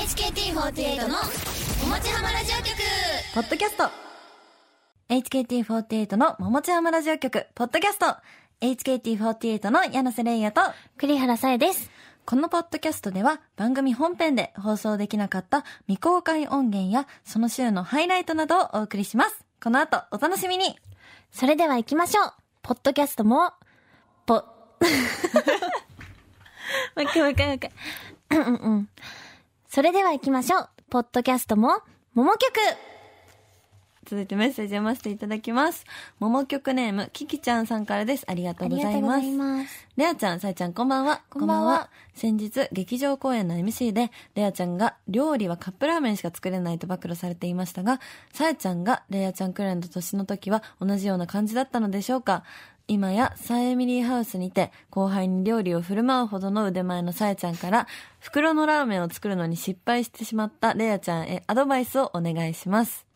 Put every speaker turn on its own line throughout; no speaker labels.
HKT48 のおもちはまラジオ局
ポッドキャスト HKT48 の桃地浜ラジオ局、ポッドキャスト HKT48 の柳瀬玲也と、
栗原さえです。
このポッドキャストでは番組本編で放送できなかった未公開音源やその週のハイライトなどをお送りします。この後お楽しみに
それでは行きましょう。ポッドキャストも、 ぽ、もう一回もう一回もう一回。うんうんうん。それでは行きましょう。ポッドキャストも、桃曲
続いてメッセージ読ませていただきます。桃曲ネーム、キキちゃんさんからです。ありがとうございます。
ます。
レアちゃん、さえちゃん、こんばんは。
こんばんは
先日、劇場公演の MC で、レアちゃんが、料理はカップラーメンしか作れないと暴露されていましたが、さえちゃんが、レアちゃんくらいの年の時は、同じような感じだったのでしょうか今や、サエミリーハウスにて、後輩に料理を振る舞うほどの腕前のさえちゃんから、袋のラーメンを作るのに失敗してしまったレアちゃんへアドバイスをお願いします。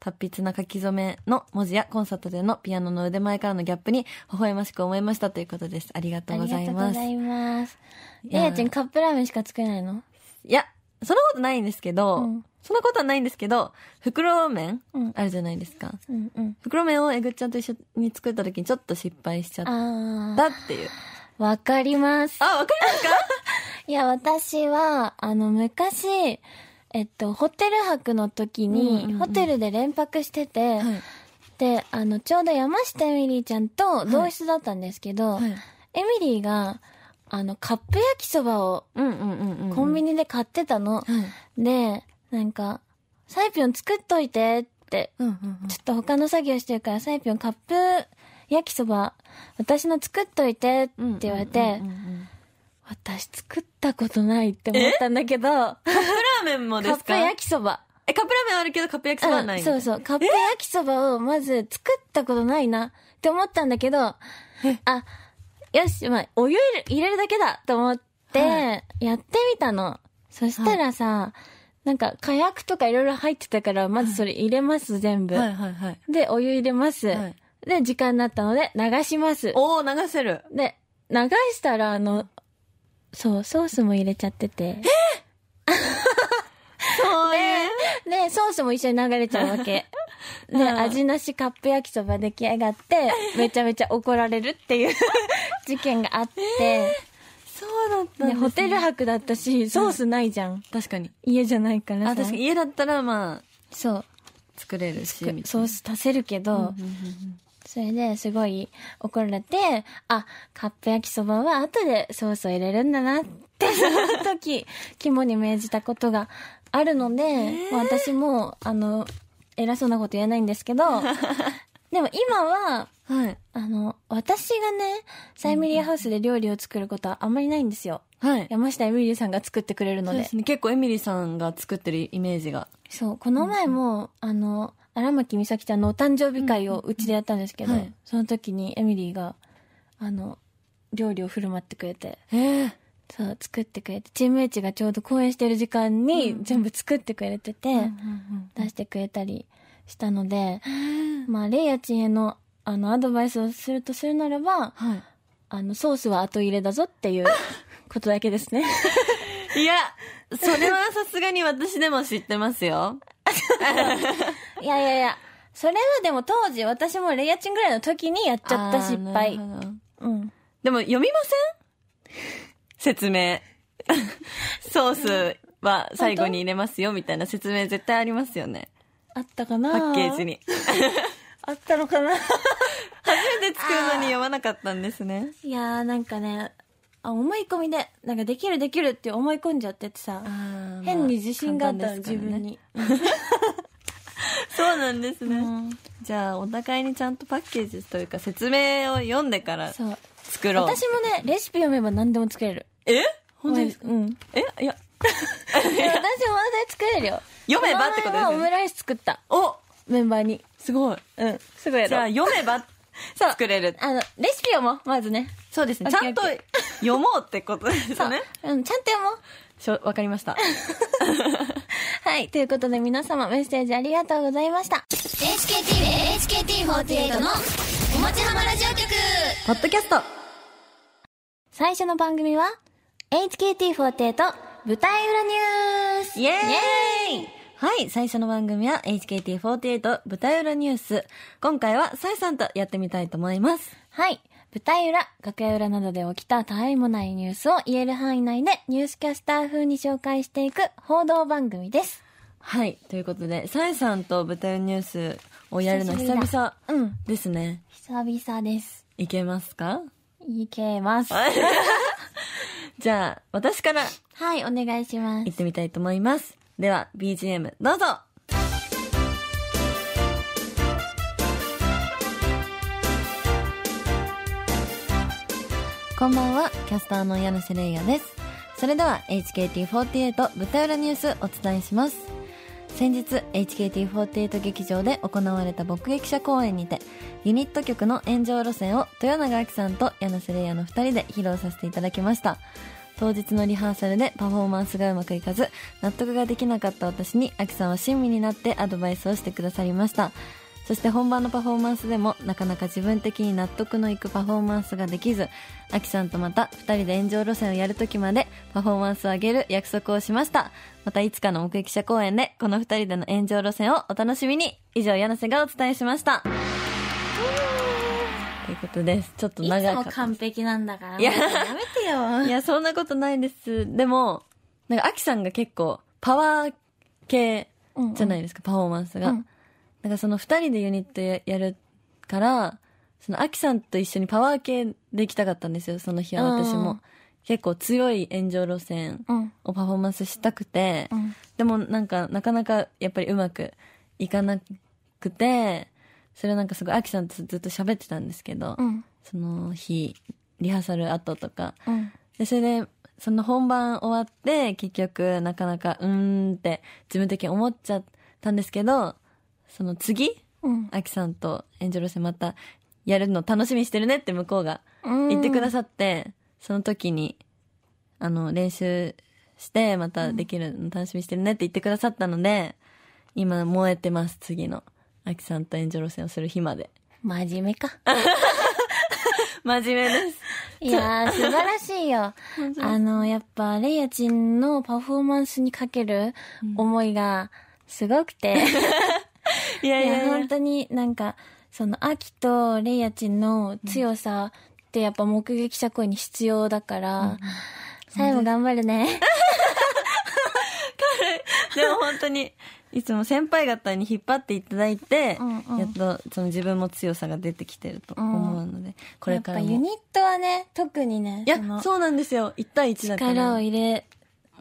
達筆な書き初めの文字やコンサートでのピアノの腕前からのギャップに微笑ましく思いましたということです。ありがと
あ
う
り
ご
が
ざい
とう
ま
ご
す。
ざいます。
い
え
や
やちゃんカップラーメンしか作れないの
いや、そんなことないんですけど、
うん
そんなことはないんですけど、袋麺、
うん
あるじゃないですか。
うんうん。
袋麺をえぐっちゃんと一緒に作った時にちょっと失敗しちゃっ
あ
たっていう。
ー、わかります。
あ、わかりますか
いや、私は、あの、昔、えっと、ホテル泊の時に、
うんうんうん
ホテルで連泊してて、
はい
で、あの、ちょうど山下エミリーちゃんと同室だったんですけど、
はい
エミリーが、あの、カップ焼きそばを
うんうんうんうん。
コンビニで買ってたの。
ニ。はい。
で、なんか、サイピョン作っといてって、
うんうんうん
ちょっと他の作業してるからサイピョンカップ焼きそば、私の作っといてって言われて、
うんうんうんうん
私作ったことないって思ったんだけど、カ
カップラーメンもで
ッ
す
プ
か
焼きそば。
え、カップラーメンはあるけどカップ焼きそばはない、
うんそうそう。カップ焼きそばをまず作ったことないなって思ったんだけど、あ、よし、まあ、お湯入れ入れるだけだと思って、
は
やってみたの。そしたらさ、なんか火薬とかいろいろ入ってたから、まずそれ入れます、全部。
はいはいはい。
で、お湯入れます、
はい
で、時間になったので流します。
おー、流せる。
で、流したら、あの、そう、ソースも入れちゃってて。
そういう。
で、ソースも一緒に流れちゃうわ け。
う
で、
ん
味なしカップ焼きそば出来上がって、めちゃめちゃ怒られるって いう事件があって、
そうだったん
で、
ですね
ホテル泊だったし、ソースないじゃん。
確かに。
家じゃないからさ。
あ、確かに家だったらまあ、
そう。
作れるし、みたい
ソース足せるけど、
な。うんうん
それですごい怒られて、あ、カップ焼きそばは後でソースを入れるんだなっ て、その時、肝に銘じたことがあるので、まあ私も、あの、偉そうなこと言えないんですけ ど、でも今は、
うんはい。
あの、私がね、サイミリアハウスで料理を作ることはあんまりないんですよ。
はい。
山下エミリーさんが作ってくれるので。
そうで
そう
すね。結構エミリーさんが作ってるイメージが。
この前も、あの、荒牧美咲ちゃんのお誕生日会をうちでやったんですけど、
うんうんはい
その時にエミリーが、あの、料理を振る舞ってくれて、
ええ。
そう、作ってくれて、チーム H がちょうど公演してる時間
う
に
ん
全部作ってくれてて、出してくれたりしたので、まあ、レイヤちんへの、あの、アドバイスをするとするならば、
は
あの、ソースは後入れだぞって いうことだけですね。
い。いや、それはさすがに私でも知ってますよ。
いやいやいや、それはでも当時、私もレイヤチンぐらいの時にやっちゃった失
あ
敗
ー。なるほ
う
ど
ん。
でも読みません説明。 ソースは最後に入れますよみたいな説明絶対ありますよね。
あったかな
パッケー ジ。に。
あったのかな
初めて作るのに読まなかったんですね。
いやーなんかね、あ思い込みで、なんかできるできるって思い込んじゃっててさ、変に自信があったの、自分。に。
そうなんですね。
うん
じゃあ、お互いにちゃんとパッケージというか説明を読んでから
そう。
作ろう。
私もね、レシピ読めば何でも作れる。
え本当ですか
うん。
えいや、
いや私も絶対作れるよ。
読めばってことです
この前はオ
よ
ム
ね。
ライス作った。
お
メンバーに。
すごい。
うん。すごいやろ。
じゃあ、読め ば
そう
作れる。
あの、レシピをも、まずね。
そうですね。
オ
ち
ッ
ゃ
ケー
んと
オッ
読もうってことです
そう。
ね。
うん、ちゃんと読もう。
しょわかりま した。
はい。ということで皆様メッセージありがとうございました。
HKT HKT48 のおもちはまラジオ局
ポッドキャスト。
最初の番組は、HKT48 舞台裏ニュース
イエーイはい、最初の番組は HKT48 舞台裏ニュース。今回はさえさんとやってみたいと思います。
はい。舞台裏、楽屋裏などで起きたたわいもないニュースを言える範囲内でニュースキャスター風に紹介していく報道番組です。
はい、ということで、さえさんと舞台裏ニュースをやるの久
久しぶり
々
うん。
ですね。
久々です。
いけますか
いけます。は
じゃあ、私から
い、お願いします
行。ってみたいと思います。では、BGM どうぞこんばんは、キャスターの柳瀬玲也です。それでは、HKT48 舞台裏ニュースお伝えします。先日、HKT48 劇場で行われた目撃者公演にて、ユニット曲の炎上路線を豊永亜紀さんと柳瀬玲也の2人で披露させていただきました。当日のリハーサルでパフォーマンスがうまくいかず納得ができなかった私にアキさんは親身になってアドバイスをしてくださりましたそして本番のパフォーマンスでもなかなか自分的に納得のいくパフォーマンスができずアキさんとまた2人で炎上路線をやる時までパフォーマンスを上げる約束をしましたまたいつかの目撃者公演でこの2人での炎上路線をお楽しみに以上柳瀬がお伝えしましたということですちょっと
い
長
つ
かっ
も
た
完璧なんだから。
いや
やめ
い
てよ。
や、そんなことないです。でも、なんか、アキさんが結構、パワー系 じゃない
い
ですか、パフォーマンスが。
う
なん
ん
か、その二人でユニットややるから、その、アキさんと一緒にパワー系で行きたかったんですよ、その日は私も。
うん
結構強い炎上路線
うん。
をパフォーマンスしたくて、
うん。
でもなんか、なかなか、やっぱりうまくいかなくて、それはなんかすごい、アキさんとずっと喋ってたんですけど、
うん。
その日、リハーサル後とか、
うん。
で、それで、その本番終わって、結局、なかなか、うーんって、自分的に思っちゃったんですけど、その次、
うん。
アキさんとエンジェルセまた、やるの楽しみにしてるねって向こうが
うん。
言ってくだ
さ
さって、その時に、あの、練習して、またできるの楽しみにしてるねって言ってくださったので、今、燃えてます、次の。アキさんとエンジェルセをする日まで。
い。真面目か。
真面目です。
いやー、素晴らしいよ。あの、やっぱ、レイヤちんのパフォーマンスにかける思いがすごくて、
いや
い
い
や、
やい
本
や。
当になんか、その、アキとレイヤちんの強さってやっぱ目撃者声に必要だから、最後頑張る ね。
でも本当に、いつも先輩方に引っ張っていただいて、
うんうん
やっとその自分も強さが出てきてると思うので、これから
やっ
も。
ぱユニットはね、特にね、
いや
その、
そうなんですよ。1対1だから。
力を入れ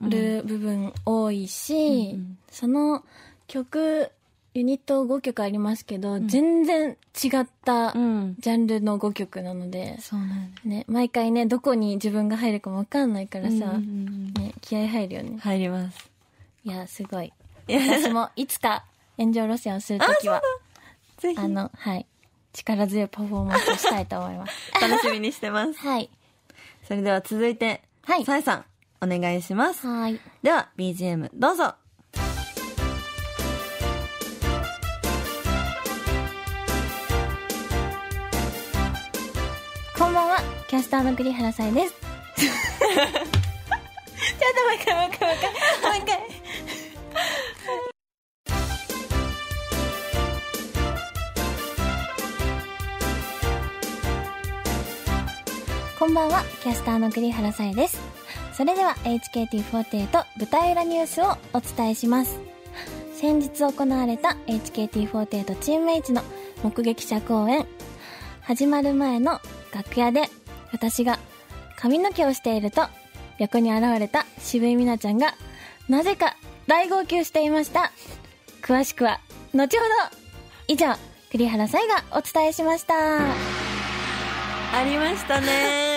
る部分多いし、
うんうん
その曲、ユニット5曲ありますけど、全然違った
うん。
ジャンルの5曲なので、
そうなんで
ね、毎回ね、どこに自分が入るかもわかんないから
す。
さ、ね、気合入るよね。
入ります。
いや、すごい。
いや
私もいつか炎上路線をするときは、
ぜひ、
あの、はい、力強いパフォーマンスをしたいと思います。
楽しみにしてます。
はい。
それでは続いて、
はい
さえさん、お願いします。
はい。
では、BGM どうぞ。
こんばんは、キャスターの栗原さえ です。ちょっともう一回もう一回もう一回もう一回。こんばんは、キャスターの栗原さえです。それでは HKT48 舞台裏ニュースをお伝えします。先日行われた HKT48 チーム H の目撃者公演始まる前の楽屋で私が髪の毛をしていると横に現れた渋井美奈ちゃんがなぜか大号泣していました詳しくは後ほど以上栗原沙絵がお伝えしました
ありました ね。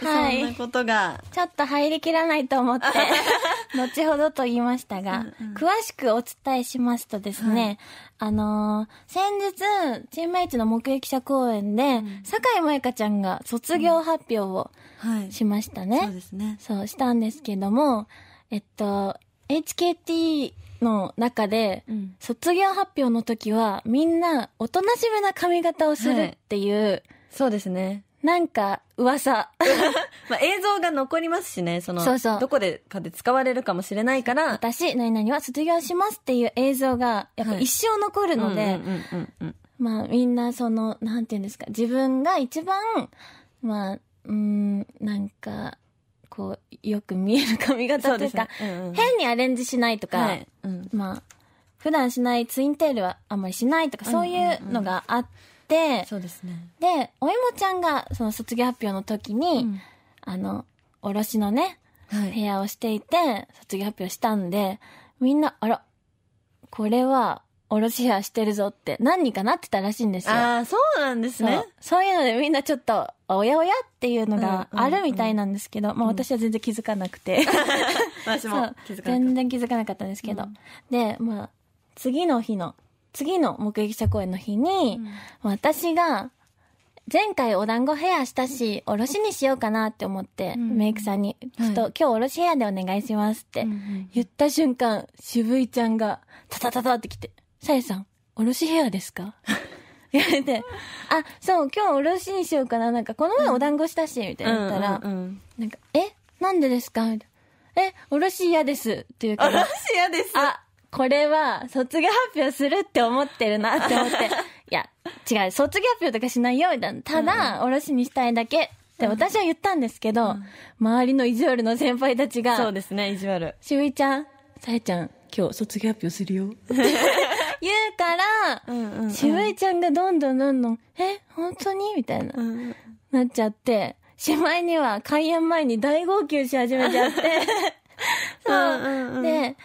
はい
そんなことが。
ちょっと入りきらないと思っ て後ほどと言いましたが
うんうん
詳しくお伝えしますとですね、あのー先日チーム H の目撃者公演で、酒井萌香ちゃんが卒業発表を
はい。
しましたね、
そうですね。
そうしたんですけども、えっと、HKT の中で、
うん。
卒業発表の時はみんなおとなしめな髪型をするっていう
そうですね。
なんか、噂。
まあ、映像が残りますしね、その、
そうそう
どこでかで使われるかもしれないから、
私、何々は卒業しますっていう映像が、やっぱ
はい
一生残るので、
うんうんうんうん
まあみんなその、なんていうんですか、自分が一番、まあ、うーん、なんか、こう、よく見える髪
そ
型
う
とい
で
う
す
か
ね、。うんうん
変にアレンジしないとか、
はいうん
まあ、普段しないツインテールはあんまりしないとか、そういうのがあって、
そうですね。
で、おいもちゃんがその卒業発表の時に、あの、おろしのね、
は
部
い。
屋をしていて、卒業発表したんで、みんな、あら、これは、おろしヘアしてるぞって何人かなってたらしいんですよ。
ああ、そうなんです
そう
ね。
そういうのでみんなちょっと、おやおやっていうのがあるみたいなんですけど、まあ
うん
私は全然気づかなくて。
私
そ
も
う
気づかなかっ
全然気づかなかったんですけど、
うん
でまあ次の日の次の目撃者公演の日に、私が前回お団子ヘアしたしおろしにしようかなって思って、
うん
メイクさんに「ちょっと、
は。
今日おろしヘアでお願いします」ってて
うんうん
言った瞬間渋いちゃんがタタタタって来て「さえさんおろしヘアです か? 」言われて「あそう今日おろしにしようかななんかこの前お団子したし」みたいな言ったら、
うんうんうん
なんか、えなんでですかみたいな。え、おろし嫌です。っていうか
あ、
ら、
私嫌です。
あ、これは卒業発表するって思ってるなって 思って、いや、違う、卒業発表とかしないよ、みたいな。ただ、おろしにしたいだけって私は言ったんですけど、周りの意地悪の先輩たち
そう
が、
ですね、意地悪。
しぶいちゃん、さえちゃん、今日卒業発表するよ。っ て言うから、
うんうんうん
しぶいちゃんがどんどんどんどん、え、本当にみたいな。
うん
なっちゃって、しまいには開演前に大号泣し始めちゃって。そう
うんうんうん
で、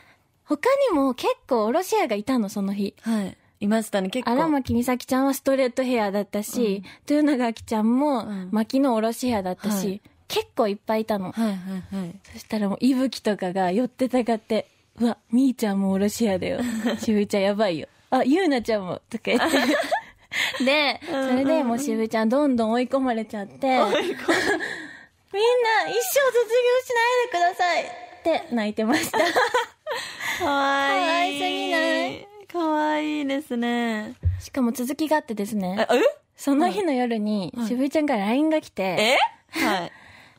他にも結構おろし屋がいたの、その日。
はい。いましたね、結構。
荒牧美咲ちゃんはストレートヘアだったし、豊永亜紀ちゃんも
うん
巻きのおろしヘアだったし、
はい
結構いっぱいいたの。
はいはいはい。
そしたらもう、いぶきとかが寄ってたかって、うわ、みーちゃんもおろし屋だ よ。しぶいちゃんやばいよ。あ、ゆうなちゃんも、とか言って。で、それでもうしぶいちゃんどんどん追い込まれちゃって、みんな一生卒業しないでくださいって泣いてました。
かわ
かわ
いい。
いすぎない
かわいいですね。
しかも続きがあってですね、
え
その日の夜に
はい
しぶいちゃんから LINE が来て、
えはい。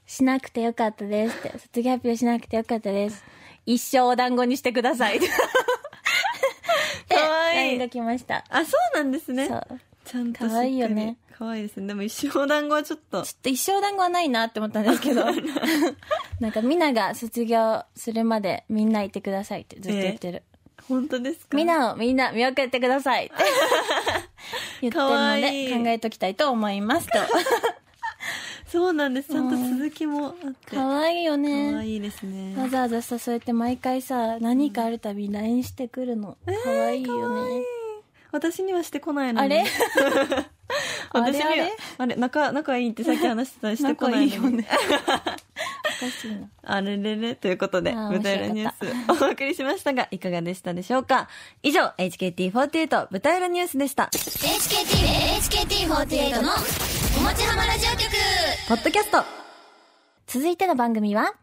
しなくてよかったですって、卒業発表しなくてよかったです。一生お団子にしてください。 って、
かわいい
LINE が来ました。
あ、そうなんですね
そう。。
ちゃんと
かわいいよね
しっかり。かわいいですね。でも一生お団子はちょっと
ちょ。っと一生団子はないなって思ったんです けど、なんかみんなが卒業するまでみんないてくださいってずっと言ってる。
本当ですか
みんなをみんな見送ってくださいって 言ってる
かわ
の
いい
で考えときたいと思いますと。
そうなんです。ちゃんと続きもあって。
かわいいよね。
かわいいですね。
わざわざ誘えて毎回さ何かあるたび LINE してくるの、かわいいよね
私にはしてこないの
あ
に。
れあ
私に
れ
は、
あ
あ
れ
れ仲、仲いいってさっき話してたのにしてこないのに。
仲いいよねおかしいな
あれれれということ
あ
で、
ー
舞台裏ニュースお送りしましたが、いかがでしたでしょうか以上、HKT48 舞台裏ニュースでした。
HKT、HKT48 のおもちはまラジオ局
ポッドキャスト
続いての番組は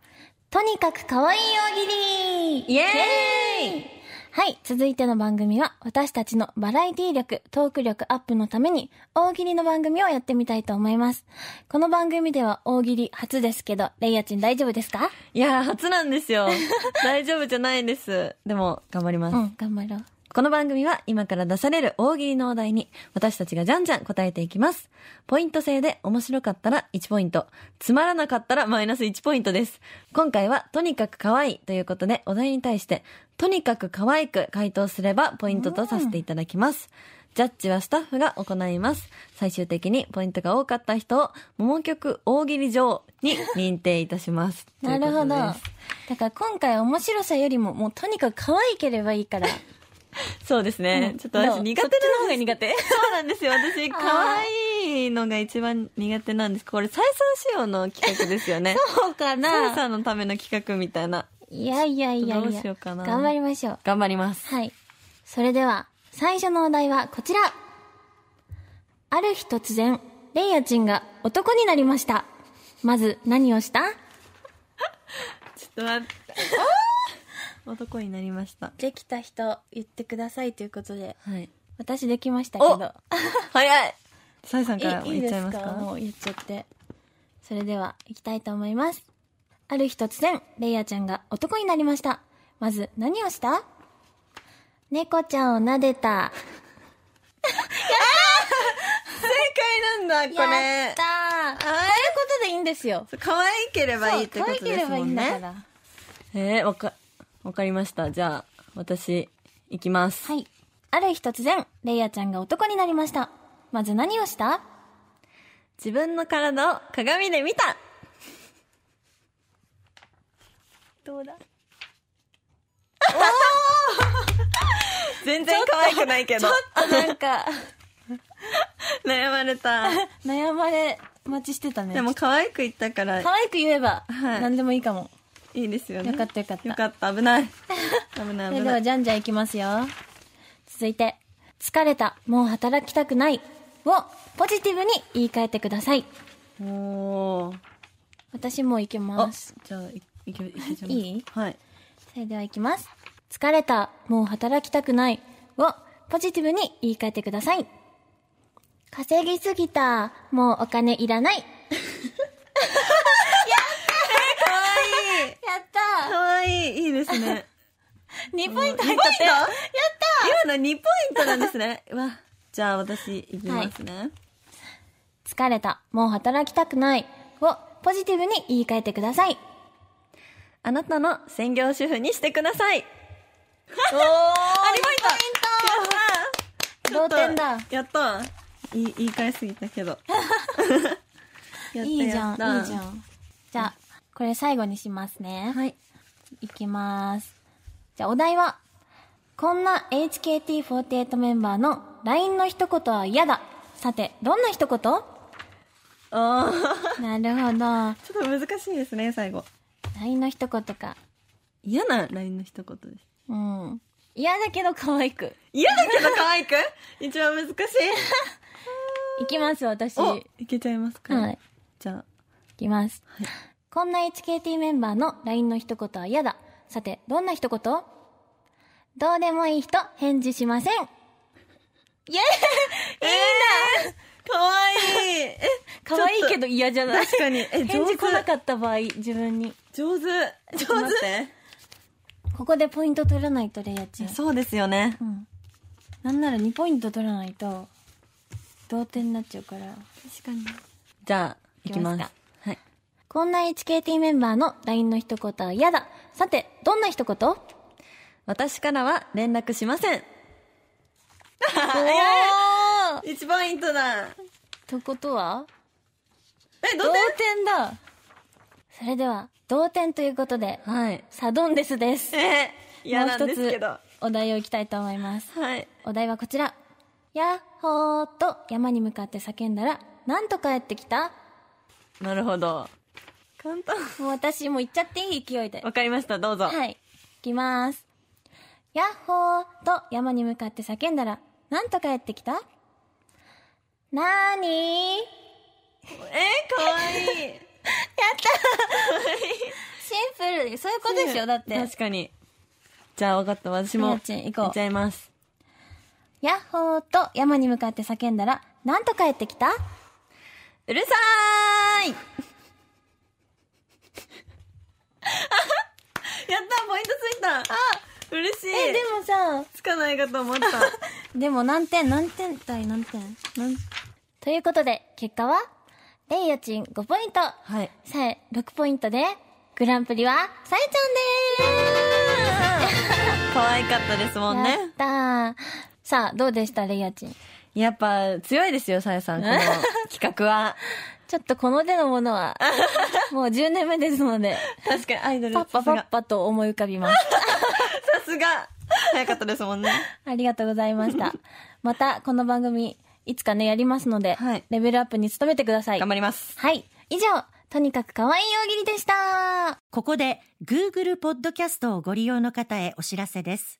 とにかくかわいい大喜利
イエーイ
はい続いての番組は私たちのバラエティ力トーク力アップのために大喜利の番組をやってみたいと思いますこの番組では大喜利初ですけどレイヤちん大丈夫ですか
いやー、初なんで すよ。大丈夫じゃないです。でも、頑張ります。
うん頑張ろう
この番組は今から出される大喜利のお題に私たちがじゃんじゃん答えていきます。ポイント制で面白かったら1ポイント、つまらなかったらマイナス1ポイントです。今回はとにかく可愛いということでお題に対してとにかく可愛く回答すればポイントとさせていただきます。ジャッジはスタッフが行います。最終的にポイントが多かった人を桃曲大喜利上に認定いたします。
なるほど。
ということ
だ
です
から今回面白さよりも、もうとにかく可愛ければいい から。
そうですね。
うん
ちょっと私苦手なんです
どうそっちの方が苦手
そうなんですよ。私、可愛いのが一番苦手なんです。これ、再三仕様の企画ですよね。
そうか
再三のための企画みたいな。
いやいやいや
どう
いや
しよう。かな
頑張りましょう。
頑張ります。
はい。それでは、最初のお題はこちら。ある日突然、レイヤちんが男になりました。まず、何をした
ちょっと待って。男になりました。
できた人、言ってくださいということで。
はい。
私できました
お早いさえさんから
いい
言っちゃいます
いですか
か
もう言っちゃってそれでは行きたいと思いますある日突然レイヤちゃんが男になりましたまず何をした猫ちゃんを撫でた
正解な
や
んだ
ったーということでいいんですよ
可愛ければいいってこと
そう可愛
で
けれ
す
ばいい
もん
んだか
ね
ら
えー、わかわかりましたじゃあ私いきます
はい。ある日突然、レイヤちゃんが男になりました。まず何をした
自分の体を鏡で見た
どうだ
全然可愛くないけど
なんか、
悩まれた
悩まれ待ちしてたね。
でも可愛く言ったから
可愛く言えば、
はい
何でもいいかも。
いいですよね
よかったよかった
よかった危ない危な
それ
い危
で
な
は、
い
じゃんじゃんいきますよ。続いて、疲れた、もう働きたくない、をポジティブに言い換えてください。
おー
私もういき
あ
ます。
じゃあいいけいけちゃいます
いい
はい
それではいきます。疲れた、もう働きたくないをポジティブに言い換えてください。稼ぎすぎた、もうお金いらない。や
可愛い
った
可愛いいいですね
!2 ポイント
2ポイ
入
ン
っ
ト
たって。
やった今の2ポイントなんですね うわじゃあ私いきますね、
疲れた、もう働きたくないをポジティブに言い換えてください。
あなたの専業主婦にしてくださいおー2ポイントやった
同点だ
やったいい言い返すぎたけどやった
いいじゃ
やった
ん、いいじゃん。じゃあ、これ最後にしますね。
はい
いきます。じゃあ、お題は、こんな HKT48 メンバーの LINE の一言は嫌だ。さて、どんな 一言
あー
なるほど。
ちょっと難しいですね最後
LINE の一言か。
嫌な LINE の一言です
うん。嫌だけど可愛く。
嫌だけど可愛く一番難しい
いきます、私。
お
はい。
いけちゃいますか、
い
じゃあ
きます。
はい
こんな HKT メンバーの LINE の一言は嫌だ。さて、どんな一言どうでもいい人、返事しません。
可愛いえ
可愛いけど嫌じゃない。
確かにえ
返
上
事
手
来なかった場合、自分に。
上手上
と待っここでポイント取らないとレイヤチン
そうですよね
うんなんなら2ポイント取らないと同点になっちゃうから
確かにじゃあいきます
いきます
はい
こんな HKT メンバーの LINE の一言は嫌ださてどんな一言おー
私からは連絡しません一ポイントだ
とことは
え
同点だそれでは同点ということで
はい
サドンデスです
えー、嫌
も
な
うん一
で
つ
すけどは
お題をいきたいと思います
い
お題はこちら。やっほーと山に向かって叫んだら、なんと帰ってきた
なるほど簡単
もう私もう行っちゃっていい勢いで。
わかりましたどうぞ、
はい。行きます。ヤッホーと山に向かって叫んだら、なんと帰ってきたなーにー
えー、かわいい
シンプルで、そういうことですよ、だって。
確かにじゃあ分かった私
り
も
あちゃん行こう
っちゃいます
ヤッホーと山に向かって叫んだら、なんと帰ってきた
うるさ ーいやったポイントついたあ嬉しい
え、でもさ、
つかないかと思った
でも何点何点対何点
なん
ということで、結果は、レイヤチン5ポイント、
はい
さえ6ポイントで、グランプリは、さえちゃんでーす
可愛かったですもん
やっ
ね
たーさあ、どうでした、レイヤチン。
やっぱ強いですよさやさんこ の企画は
ちょっとこの手のもの は、もう10年目ですので、
確かにアイドル
パッパパッパと思い浮かびます。
さすが早かったですもんね
ありがとうございました。また、この番組、いつかね、やりますので、
はい
レベルアップに努めてください。
頑張ります
はい。以上、とにかく可愛い大喜利でした
ここで Google ポッドキャストをご利用の方へお知らせです。